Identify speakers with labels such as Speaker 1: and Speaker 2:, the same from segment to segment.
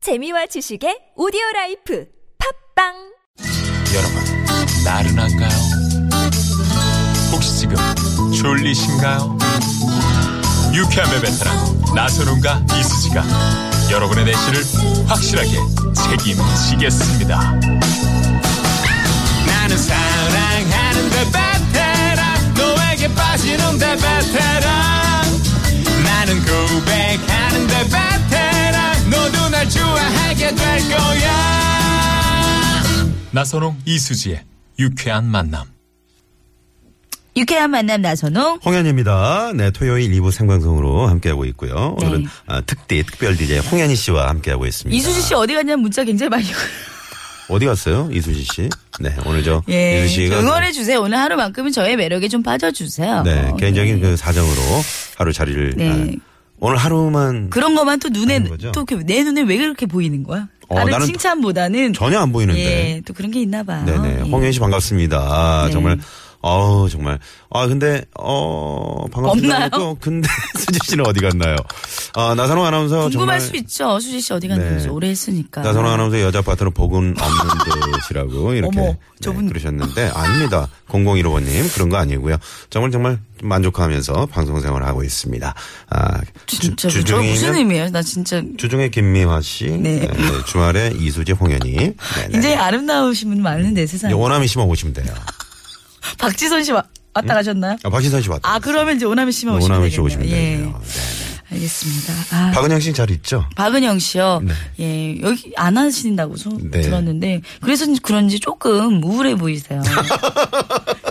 Speaker 1: 재미와 지식의 오디오 라이프 팝빵
Speaker 2: 여러분, 나른한가요? 혹시 지금 졸리신가요? 유쾌함의 베테랑 나선웅과 이수지가 여러분의 내실을 확실하게 책임지겠습니다. 나는 사랑하는데 베테랑 너에게 빠지는데 베테랑 나는 고백하는데 베테랑 너도 날 좋아하게 될 거야. 나선홍 이수지의 유쾌한 만남.
Speaker 3: 유쾌한 만남 나선홍.
Speaker 4: 홍현입니다. 네, 토요일 2부 생방송으로 함께하고 있고요. 오늘은
Speaker 3: 네.
Speaker 4: 아, 특디, 특별 DJ 홍현희 씨와 함께하고 있습니다.
Speaker 3: 이수지 씨 어디 갔냐는 문자 굉장히 많이 오고.
Speaker 4: 어디 갔어요? 이수지 씨. 네, 오늘 저
Speaker 3: 예.
Speaker 4: 이수지 씨가 그
Speaker 3: 응원해 주세요. 오늘 하루만큼은 저의 매력에 좀 빠져주세요.
Speaker 4: 네,
Speaker 3: 어,
Speaker 4: 개인적인 그 사정으로 하루 자리를
Speaker 3: 네.
Speaker 4: 아, 오늘 하루만
Speaker 3: 그런 것만 또 눈에
Speaker 4: 하는 거죠?
Speaker 3: 또 내 눈에 왜 그렇게 보이는 거야?
Speaker 4: 어,
Speaker 3: 다른
Speaker 4: 나는
Speaker 3: 칭찬보다는
Speaker 4: 전혀 안 보이는데.
Speaker 3: 예, 또 그런 게 있나 봐요.
Speaker 4: 네, 네.
Speaker 3: 예.
Speaker 4: 홍현 씨 반갑습니다. 아,
Speaker 3: 네.
Speaker 4: 정말 어우, 정말. 아, 근데, 어, 반갑습니다.
Speaker 3: 없나요?
Speaker 4: 그리고 근데 수지 씨는 어디 갔나요? 아, 나선호 아나운서
Speaker 3: 궁금할
Speaker 4: 정말.
Speaker 3: 수 있죠. 수지 씨 어디
Speaker 4: 네.
Speaker 3: 갔는지 오래 했으니까.
Speaker 4: 나선호 아나운서 여자 파트너 복은 없는 듯이라고 이렇게
Speaker 3: 어머,
Speaker 4: 네,
Speaker 3: 저분-
Speaker 4: 그러셨는데 아닙니다. 0015번님 그런 거 아니고요. 정말 정말 만족하면서 방송 생활을 하고 있습니다. 아,
Speaker 3: 진짜 저 무슨 의미예요? 나 진짜
Speaker 4: 주중에 김미화 씨,
Speaker 3: 네.
Speaker 4: 네, 네, 주말에 이수지 홍현이, 네, 네.
Speaker 3: 굉장히 아름다우신 분 많은데 세상에.
Speaker 4: 이제 오나미 씨만 오시면 돼요.
Speaker 3: 박지선 씨 와- 왔다 가셨나요?
Speaker 4: 아, 박신선 씨 왔다.
Speaker 3: 아 그러면 이제 오나미 씨만 오시면
Speaker 4: 오나미 씨
Speaker 3: 되겠네요.
Speaker 4: 오시면
Speaker 3: 예.
Speaker 4: 되네요. 네.
Speaker 3: 알겠습니다. 아.
Speaker 4: 박은영 씨 잘 있죠?
Speaker 3: 박은영 씨요. 예, 여기 안 하신다고 소,
Speaker 4: 네.
Speaker 3: 들었는데 그래서 그런지 조금 우울해 보이세요.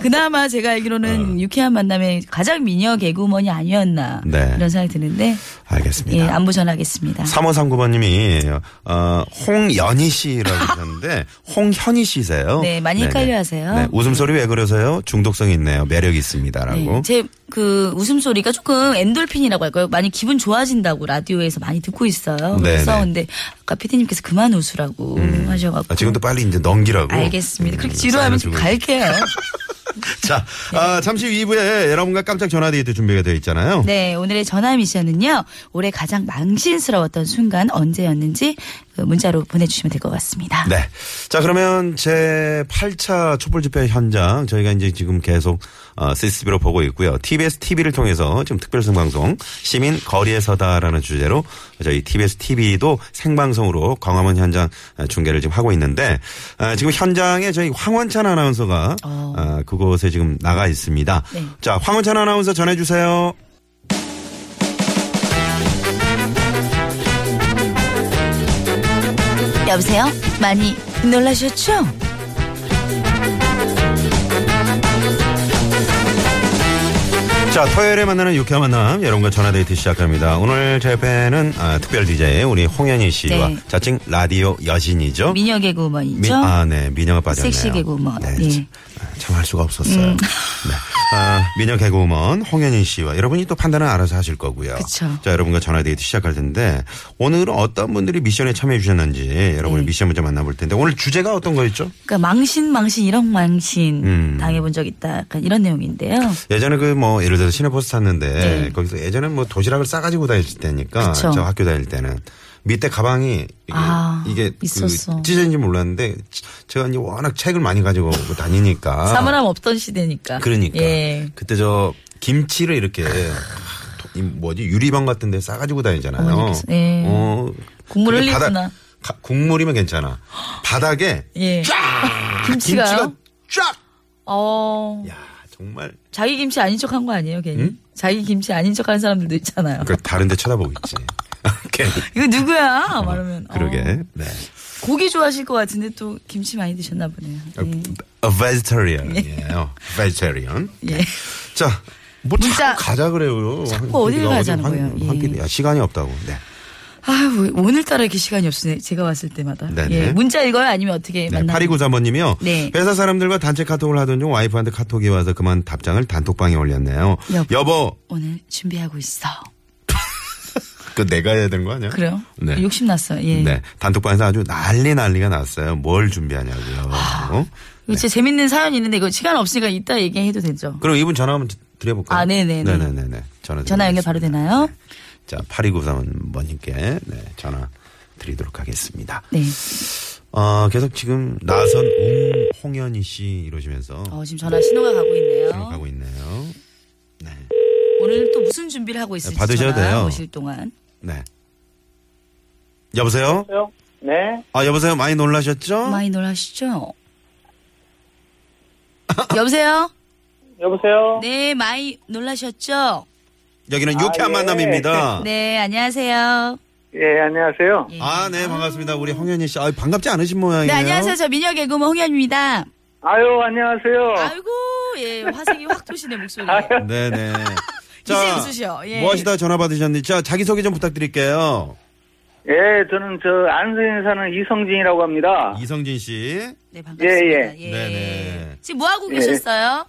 Speaker 3: 그나마 제가 알기로는 유쾌한 만남의 가장 미녀 개그우먼이 아니었나
Speaker 4: 어. 네.
Speaker 3: 이런 생각이 드는데
Speaker 4: 알겠습니다.
Speaker 3: 예, 안부 전하겠습니다.
Speaker 4: 3539번님이 어, 홍연희 씨라고 하셨는데 홍현희 씨세요.
Speaker 3: 네, 많이
Speaker 4: 네네.
Speaker 3: 헷갈려하세요.
Speaker 4: 네, 웃음소리 왜 그러세요? 중독성 있네요. 매력 있습니다라고.
Speaker 3: 예, 제 그 웃음소리가 조금 엔돌핀이라고 할까요? 많이 기분 좋아진다고 라디오에서 많이 듣고 있어요.
Speaker 4: 네,
Speaker 3: 그래서
Speaker 4: 네.
Speaker 3: 근데 아까 피디님께서 그만 웃으라고 하셔가지고
Speaker 4: 아, 지금도 빨리 이제 넘기라고.
Speaker 3: 알겠습니다. 그렇게
Speaker 4: 음,
Speaker 3: 지루하면 좀
Speaker 4: 사연을 주고
Speaker 3: 갈게요.
Speaker 4: 자,
Speaker 3: 네.
Speaker 4: 아, 잠시 후 2부에 여러분과 깜짝 전화 데이트 준비가 되어 있잖아요.
Speaker 3: 네, 오늘의 전화 미션은요. 올해 가장 망신스러웠던 순간 언제였는지 그 문자로 보내주시면 될 것 같습니다.
Speaker 4: 네. 자, 그러면 제 8차 촛불 집회 현장 저희가 이제 지금 계속 어, CCTV로 보고 있고요. TBS TV를 통해서 지금 특별 생방송 시민 거리에서다라는 주제로 저희 TBS TV도 생방송으로 광화문 현장 어, 중계를 지금 하고 있는데 어, 지금 현장에 저희 황원찬 아나운서가
Speaker 3: 어.
Speaker 4: 어, 그곳에 지금 나가 있습니다.
Speaker 3: 네.
Speaker 4: 자, 황원찬 아나운서 전해 주세요.
Speaker 3: 여보세요? 많이 놀라셨죠?
Speaker 4: 자, 토요일에 만나는 유쾌한 만남, 여러분과 전화데이트 시작합니다. 오늘 제 옆에는 아, 특별 DJ 우리 홍현희 씨와
Speaker 3: 네.
Speaker 4: 자칭 라디오 여신이죠.
Speaker 3: 미녀
Speaker 4: 미-
Speaker 3: 개그우먼이죠?
Speaker 4: 아, 네, 미녀가 빠졌네요.
Speaker 3: 섹시 개그우먼,
Speaker 4: 네,
Speaker 3: 예. 음.
Speaker 4: 참- 참 할 수가 없었어요. 네. 아, 미녀 개그우먼 홍현희 씨와 여러분이 또 판단은 알아서 하실 거고요.
Speaker 3: 그쵸.
Speaker 4: 자, 여러분과 전화데이트 시작할 텐데 오늘은 어떤 분들이 미션에 참여해 주셨는지 여러분의
Speaker 3: 네.
Speaker 4: 미션 먼저 만나볼 텐데 오늘 주제가 어떤 거였죠?
Speaker 3: 그러니까 망신, 망신, 이런 망신
Speaker 4: 음.
Speaker 3: 당해본 적 있다. 약간 이런 내용인데요.
Speaker 4: 예전에 그 뭐 예를 들어서 시내버스 탔는데
Speaker 3: 네.
Speaker 4: 거기서 예전에 뭐 도시락을 싸가지고 다닐 때니까
Speaker 3: 그쵸.
Speaker 4: 저 학교 다닐 때는 밑에 가방이 이게,
Speaker 3: 아,
Speaker 4: 이게
Speaker 3: 있었어.
Speaker 4: 그 찢어진지 몰랐는데 지- 제가 이제 워낙 책을 많이 가지고 다니니까
Speaker 3: 사물함 없던 시대니까.
Speaker 4: 아. 그러니까
Speaker 3: 예.
Speaker 4: 그때 저 김치를 이렇게 도- 이 뭐지 유리병 같은 데 싸가지고 다니잖아요.
Speaker 3: 어머니 그래서- 예.
Speaker 4: 어,
Speaker 3: 국물
Speaker 4: 근데
Speaker 3: 흘리구나.
Speaker 4: 바닥- 가- 국물이면 괜찮아. 바닥에 아,
Speaker 3: 예. 김치가요?
Speaker 4: 김치가 쫙.
Speaker 3: 어,
Speaker 4: 야 정말
Speaker 3: 자기 김치 아닌 척 한 거 아니에요, 괜히? 자기 김치 아닌 척 하는 사람들도 있잖아요.
Speaker 4: 그 다른데 쳐다보고 있지. 괜히.
Speaker 3: 이거 누구야? 말하면. 어,
Speaker 4: 그러게. 네.
Speaker 3: 고기 좋아하실 것 같은데 또 김치 많이 드셨나 보네요. 예.
Speaker 4: A 어, vegetarian이에요. vegetarian. 네.
Speaker 3: 예.
Speaker 4: 자, 뭐
Speaker 3: 문자-
Speaker 4: 자꾸 가자 그래요.
Speaker 3: 자꾸 어디를 가자는 거예요. 예.
Speaker 4: 한끼 야, 시간이 없다고. 네.
Speaker 3: 아유, 오늘따라 이렇게 시간이 없으네. 제가 왔을 때마다.
Speaker 4: 네네.
Speaker 3: 예. 문자 읽어요? 아니면 어떻게
Speaker 4: 네,
Speaker 3: 만나요?
Speaker 4: 8293번님이요.
Speaker 3: 네.
Speaker 4: 회사 사람들과 단체 카톡을 하던 중 와이프한테 카톡이 와서 그만 답장을 단톡방에 올렸네요.
Speaker 3: 여보.
Speaker 4: 여보,
Speaker 3: 오늘 준비하고 있어.
Speaker 4: 그 내가 해야 되는 거 아니야?
Speaker 3: 그래요?
Speaker 4: 네.
Speaker 3: 욕심 났어. 예.
Speaker 4: 네. 단톡방에서 아주 난리 난리가 났어요. 뭘 준비하냐고요.
Speaker 3: 아.
Speaker 4: 어?
Speaker 3: 이거 진짜 재밌는 사연이 있는데 이거 시간 없으니까 이따 얘기해도 되죠.
Speaker 4: 그럼 이분 전화 한번 드려볼까요?
Speaker 3: 아, 네네네.
Speaker 4: 네네네. 전화
Speaker 3: 전화 연결
Speaker 4: 드리겠습니다.
Speaker 3: 바로 되나요?
Speaker 4: 자, 8293번님께 네, 전화 드리도록 하겠습니다.
Speaker 3: 네.
Speaker 4: 어, 계속 지금 나선 옹 홍현희 씨 이러시면서
Speaker 3: 어, 지금 전화 신호가 가고 있네요.
Speaker 4: 생각하고 있네요. 네.
Speaker 3: 오늘 또 무슨 준비를 하고 있을지
Speaker 4: 받으셔도
Speaker 3: 전화
Speaker 4: 돼요.
Speaker 3: 오실 동안.
Speaker 4: 네. 여보세요?
Speaker 5: 요 네.
Speaker 4: 아, 여보세요? 많이 놀라셨죠?
Speaker 3: 많이 놀라시죠? 여보세요?
Speaker 5: 여보세요.
Speaker 3: 네, 많이 놀라셨죠?
Speaker 4: 여기는
Speaker 5: 아,
Speaker 4: 유쾌한
Speaker 5: 예.
Speaker 4: 만남입니다.
Speaker 3: 네, 안녕하세요. 네,
Speaker 5: 예, 안녕하세요.
Speaker 3: 예.
Speaker 4: 아, 네, 반갑습니다. 우리 홍현희 씨. 아, 반갑지 않으신
Speaker 3: 네,
Speaker 4: 모양이에요.
Speaker 3: 안녕하세요. 저 미녀 개그우먼 홍현입니다.
Speaker 5: 아유, 안녕하세요.
Speaker 3: 아이고, 예, 화색이 확 도시네, 목소리.
Speaker 4: 네네.
Speaker 3: 이제 웃으셔. 예.
Speaker 4: 뭐 하시다 전화 받으셨는지. 자, 자기소개 좀 부탁드릴게요.
Speaker 5: 예, 저는 저 안성에 사는 이성진이라고 합니다.
Speaker 4: 이성진 씨.
Speaker 3: 네, 반갑습니다.
Speaker 5: 예,
Speaker 3: 예.
Speaker 4: 네네.
Speaker 3: 지금 뭐 하고 계셨어요?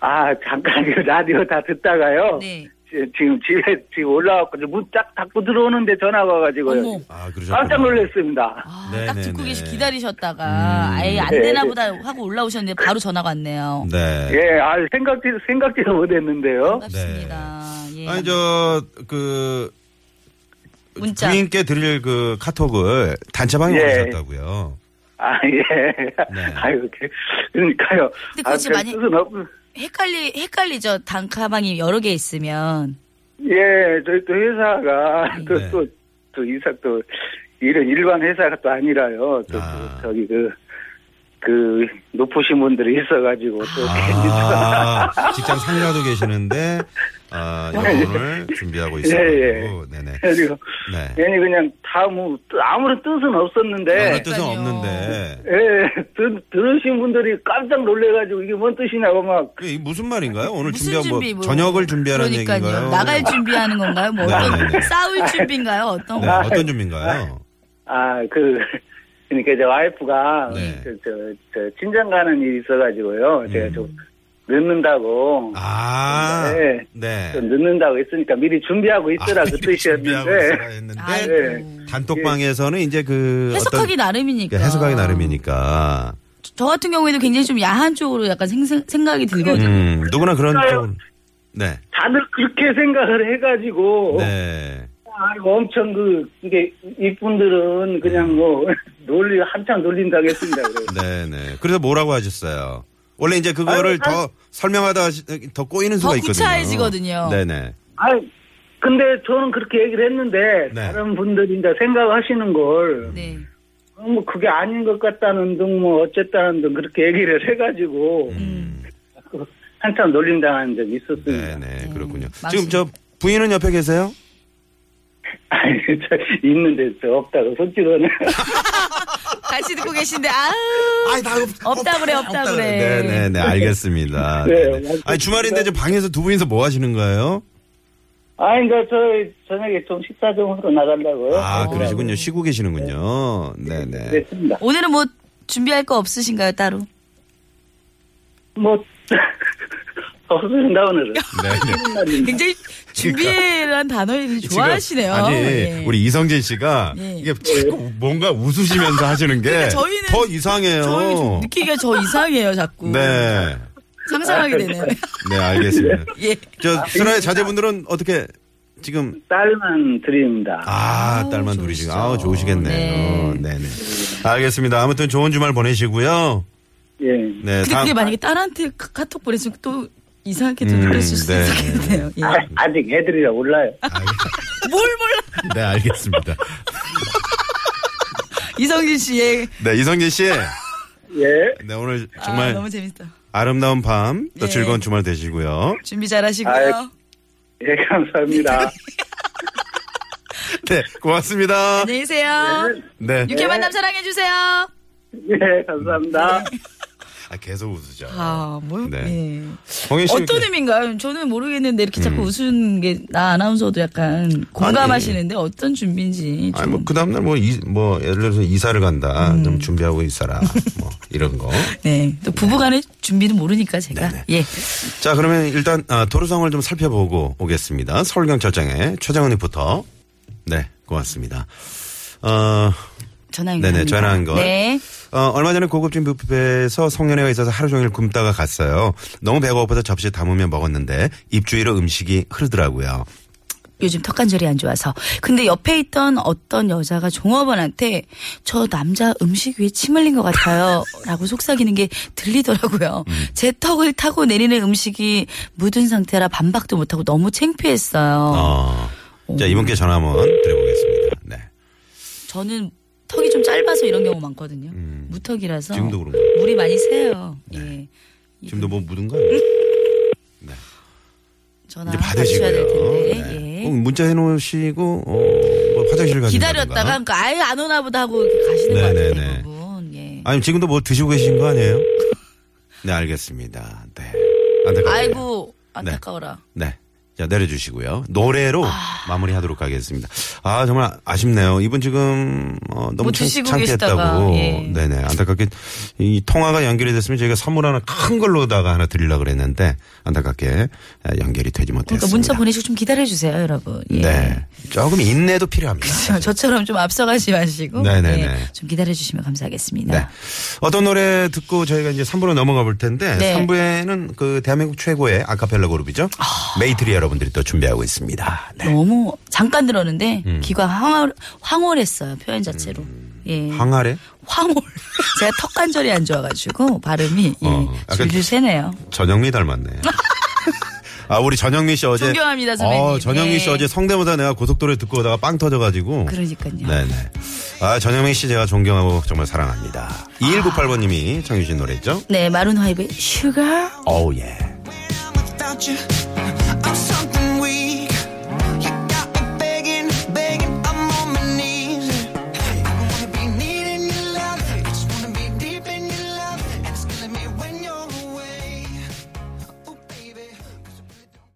Speaker 5: 아, 잠깐 요 라디오 다 듣다가요.
Speaker 3: 네.
Speaker 5: 지- 지금 집에 지금 올라왔거든요. 문딱 닫고 들어오는데 전화가 와가지고요.
Speaker 3: 어머.
Speaker 4: 아, 그러셨구나.
Speaker 5: 깜짝 놀랐습니다.
Speaker 3: 아,
Speaker 4: 네,
Speaker 3: 딱
Speaker 4: 네,
Speaker 3: 듣고
Speaker 4: 네.
Speaker 3: 계시 기다리셨다가 아예 안 되나 보다 하고 올라오셨는데 바로 전화가 왔네요.
Speaker 4: 네.
Speaker 5: 예, 아, 생각지도, 생각지도 못했는데요.
Speaker 3: 아. 반갑습니다. 예.
Speaker 4: 아니, 저, 그,
Speaker 3: 문자.
Speaker 4: 부인께 드릴 그 카톡을 단체방에
Speaker 5: 예.
Speaker 4: 올리셨다고요.
Speaker 5: 아, 예.
Speaker 4: 네.
Speaker 5: 아유, 그- 그러니까요.
Speaker 3: 근데
Speaker 5: 아,
Speaker 3: 그것이
Speaker 5: 별
Speaker 3: 많이-
Speaker 5: 뜻은 없-
Speaker 3: 헷갈리 헷갈리죠. 단카방이 여러 개 있으면
Speaker 5: 예, 저희 또 회사가 또,
Speaker 4: 네.
Speaker 5: 또, 또 이사 또 이런 일반 회사가 또 아니라요. 또,
Speaker 4: 아.
Speaker 5: 그 저기 그, 그 높으신 분들이 있어가지고 또
Speaker 4: 아, 직장 상가도 계시는데, 아, 여분을
Speaker 5: 예,
Speaker 4: 준비하고 있어요. 네네.
Speaker 5: 괜히
Speaker 4: 네.
Speaker 5: 괜히 그냥 다뭐 아무런 뜻은 없었는데
Speaker 4: 아무 뜻은
Speaker 3: 그러니까요.
Speaker 4: 없는데.
Speaker 5: 예, 들, 들으신 분들이 깜짝 놀래가지고 이게 뭔 뜻이냐고 막
Speaker 4: 그, 이 무슨 말인가요? 오늘
Speaker 3: 무슨
Speaker 4: 준비한 뭐,
Speaker 3: 준비, 뭐.
Speaker 4: 저녁을 준비하는
Speaker 3: 그러니까요.
Speaker 4: 얘기인가요?
Speaker 3: 나갈 준비하는 건가요? 뭐
Speaker 4: 네,
Speaker 3: 어떤
Speaker 4: 네, 네.
Speaker 3: 싸울 준비인가요? 어떤
Speaker 4: 네,
Speaker 3: 거?
Speaker 4: 어떤 준비인가요?
Speaker 5: 아 그 그러니까 제 와이프가 그,
Speaker 4: 네.
Speaker 5: 저, 저, 저 친정 가는 일이 있어가지고요 제가 좀 늦는다고
Speaker 4: 음. 아,
Speaker 5: 네.
Speaker 4: 네.
Speaker 5: 좀 늦는다고 했으니까 미리 준비하고 있으라
Speaker 4: 아,
Speaker 5: 그
Speaker 4: 준비하고 있어라
Speaker 5: 뜻이었는데 네. 예.
Speaker 4: 했는데
Speaker 3: 아이고.
Speaker 4: 단톡방에서는 이제 그
Speaker 3: 해석하기
Speaker 4: 어떤- 그 네,
Speaker 3: 나름이니까.
Speaker 4: 해석하기 나름이니까.
Speaker 3: 저 같은 경우에도 굉장히 좀 야한 쪽으로 약간 생, 생각이 들거든요.
Speaker 4: 음, 누구나 그런 쪽은. 네.
Speaker 5: 다들 그렇게 생각을
Speaker 3: 어?
Speaker 5: 해가지고
Speaker 4: 네.
Speaker 5: 아이고 엄청 그 이게 이분들은 그냥 뭐 놀리 한참 놀린다고 했습니다. 그래요.
Speaker 4: 네, 네. 그래서 뭐라고 하셨어요? 원래 이제 그거를 더 설명하다 하시- 더 꼬이는 수가
Speaker 3: 더
Speaker 4: 있거든요.
Speaker 3: 구차해지거든요.
Speaker 4: 네, 네.
Speaker 5: 아 근데 저는 그렇게 얘기를 했는데
Speaker 4: 네.
Speaker 5: 다른 분들이 이제 생각하시는 걸
Speaker 3: 네.
Speaker 5: 어, 뭐 그게 아닌 것 같다는 등 뭐 어쨌다는 등 그렇게 얘기를 해가지고
Speaker 4: 음,
Speaker 5: 한참 놀림당한 적이
Speaker 4: 네,
Speaker 3: 음.
Speaker 5: 있었습니다.
Speaker 4: 네. 그렇군요.
Speaker 3: 맞습니다.
Speaker 4: 지금 저 부인은 옆에 계세요?
Speaker 5: 아니 저 있는데 저 없다고 솔직히는
Speaker 3: 같이 듣고 계신데 아우
Speaker 4: 아이, 나 없-
Speaker 3: 없다 그래 없다 그래.
Speaker 4: 네, 네, 네. 알겠습니다.
Speaker 5: 네,
Speaker 4: 네, 네.
Speaker 5: 맞습니다.
Speaker 4: 아니, 주말인데 저 방에서 두 분이서 뭐 하시는 거예요?
Speaker 5: 아, 그러니까 저 저녁에 좀 식사 좀 하러 나가려고요.
Speaker 3: 어,
Speaker 4: 아, 그러시군요. 쉬고 계시는군요. 네, 네.
Speaker 5: 됐습니다.
Speaker 3: 오늘은 뭐 준비할 거 없으신가요 따로?
Speaker 5: 뭐 없으신다 오늘은.
Speaker 4: 네,
Speaker 3: 굉장히 준비란 단어를 좋아하시네요.
Speaker 4: 그러니까. 아니,
Speaker 3: 예.
Speaker 4: 우리 이성진 씨가
Speaker 3: 예. 그러니까
Speaker 4: 이게 자꾸 뭔가 웃으시면서 하시는 게 더
Speaker 3: 저희는-
Speaker 4: 이상해요.
Speaker 3: 저희 좀 느끼기가 저 이상해요 자꾸.
Speaker 4: 어. 네.
Speaker 3: 상상하게 되네요.
Speaker 4: 네, 알겠습니다.
Speaker 3: 예.
Speaker 4: 저 수라의 자제분들은 어떻게 지금
Speaker 5: 딸만 드립니다.
Speaker 4: 아,
Speaker 3: 아우,
Speaker 4: 딸만 둘이시고
Speaker 3: 좋으시죠.
Speaker 4: 아, 좋으시겠네요.
Speaker 3: 네.
Speaker 4: 네, 네. 알겠습니다. 아무튼 좋은 주말 보내시고요.
Speaker 5: 예.
Speaker 4: 네,
Speaker 3: 근데
Speaker 4: 다음-
Speaker 3: 그게 만약에 딸한테 카- 카톡 보냈으면 또 이상하게 또
Speaker 4: 음,
Speaker 3: 들렸을 수도
Speaker 4: 네.
Speaker 3: 있겠네요. 예.
Speaker 5: 아, 아직 애들이라 몰라요.
Speaker 3: 뭘 몰라?
Speaker 4: 네, 알겠습니다.
Speaker 3: 이성진 씨의 예.
Speaker 4: 네, 이성진 씨.
Speaker 5: 예.
Speaker 4: 네, 오늘
Speaker 3: 아,
Speaker 4: 정말
Speaker 3: 너무 재밌다.
Speaker 4: 아, 름다운 밤, 또
Speaker 3: 예.
Speaker 4: 즐거운 주말 되시고요.
Speaker 3: 준비 잘하시고요.
Speaker 5: 아이, 예, 감사합니다.
Speaker 4: 네, 고맙습니다.
Speaker 3: 안녕히 계세요.
Speaker 4: 네.
Speaker 3: 유쾌 만남 사랑해 주세요.
Speaker 5: 예, 감사합니다.
Speaker 4: 아, 계속 웃으죠.
Speaker 3: 아, 뭐
Speaker 4: 네. 음.
Speaker 3: 예.
Speaker 4: 홍인 씨.
Speaker 3: 어떤 의미인가요? 저는 모르겠는데 이렇게 자꾸 웃은 게 나 아나운서도 약간 공감하시는데 어떤 준비인지 좀
Speaker 4: 아니, 뭐, 그 다음날 뭐, 이, 뭐, 예를 들어서 이사를 간다. 좀 준비하고 있어라. 뭐, 이런 거.
Speaker 3: 네. 또 부부간의 준비는 모르니까 제가.
Speaker 4: 네,
Speaker 3: 예.
Speaker 4: 자, 그러면 일단, 아, 도로 상황을 좀 살펴보고 오겠습니다. 서울경찰청의 최정은 리포터. 네, 고맙습니다. 어,
Speaker 3: 전화 연결.
Speaker 4: 네네, 전화한 거.
Speaker 3: 네.
Speaker 4: 어, 얼마 전에 고급진 뷔페에서 성년회가 있어서 하루 종일 굶다가 갔어요. 너무 배고파서 접시에 담으며 먹었는데 입주위로 음식이 흐르더라고요.
Speaker 3: 요즘 턱 관절이 안 좋아서. 근데 옆에 있던 어떤 여자가 종업원한테 저 남자 음식 위에 침 흘린 것 같아요. 라고 속삭이는 게 들리더라고요.
Speaker 4: 음.
Speaker 3: 제 턱을 타고 내리는 음식이 묻은 상태라 반박도 못하고 너무 창피했어요.
Speaker 4: 어. 자, 이분께 전화 한번 드려보겠습니다. 네.
Speaker 3: 저는 턱이 좀 짧아서 이런 경우 많거든요. 무턱이라서.
Speaker 4: 음. 지금도 그런 거예요. 네.
Speaker 3: 물이 많이 새요. 예.
Speaker 4: 지금도 뭐 묻은가요?
Speaker 3: 전화
Speaker 4: 이제
Speaker 3: 받으셔야 될 텐데.
Speaker 4: 받으시고요. 네.
Speaker 3: 예.
Speaker 4: 꼭 문자 해놓으시고, 어, 뭐 화장실 가신다든가.
Speaker 3: 기다렸다가 그러니까 아예 안 오나 보다 하고 이렇게 가시는
Speaker 4: 네네네.
Speaker 3: 것 같아요 대부분. 예.
Speaker 4: 아니, 지금도 뭐 드시고 계신 거 아니에요? 네, 알겠습니다. 네. 안타깝네요.
Speaker 3: 아이고 안타까워라.
Speaker 4: 네. 자, 내려주시고요. 노래로
Speaker 3: 아.
Speaker 4: 마무리하도록 하겠습니다. 아, 정말 아쉽네요. 이분 지금, 어, 너무
Speaker 3: 뭐
Speaker 4: 창-
Speaker 3: 드시고 계시다가,
Speaker 4: 창피했다고.
Speaker 3: 예.
Speaker 4: 네네. 안타깝게, 이 통화가 연결이 됐으면 저희가 선물 하나 큰 걸로다가 하나 드리려고 그랬는데, 안타깝게 에, 연결이 되지 못했습니다.
Speaker 3: 그러니까 문자 보내시고 좀 기다려 주세요, 여러분. 예.
Speaker 4: 네. 조금 인내도 필요합니다.
Speaker 3: 저- 저처럼 좀 앞서가지 마시고
Speaker 4: 네네네.
Speaker 3: 예, 좀 기다려 주시면 감사하겠습니다.
Speaker 4: 네. 어떤 노래 듣고 저희가 이제 3부로 넘어가 볼 텐데,
Speaker 3: 네.
Speaker 4: 3부에는 그 대한민국 최고의 아카펠라 그룹이죠. 메이트리 여러분들이 또 준비하고 있습니다. 네. 음.
Speaker 3: 너무 잠깐 들었는데 귀가 황홀, 황홀했어요 표현 자체로. 예.
Speaker 4: 항아래?
Speaker 3: 황홀. 제가 턱 관절이 안 좋아가지고 발음이 예,
Speaker 4: 어, 약간
Speaker 3: 줄줄 새네요.
Speaker 4: 전영미 닮았네. 아 우리 전영미 씨 어제
Speaker 3: 존경합니다, 선배님.
Speaker 4: 어, 전영미 씨
Speaker 3: 예.
Speaker 4: 어제 성대모사 내가 고속도로에 듣고 오다가 빵 터져가지고.
Speaker 3: 그러니까요.
Speaker 4: 네네. 아 전영미 씨 제가 존경하고 정말 사랑합니다.
Speaker 3: 아.
Speaker 4: 2198번님이 청해주신 노래죠.
Speaker 3: 네 마룬 화이브의 슈가.
Speaker 4: 어우 예.
Speaker 6: without you. I'm so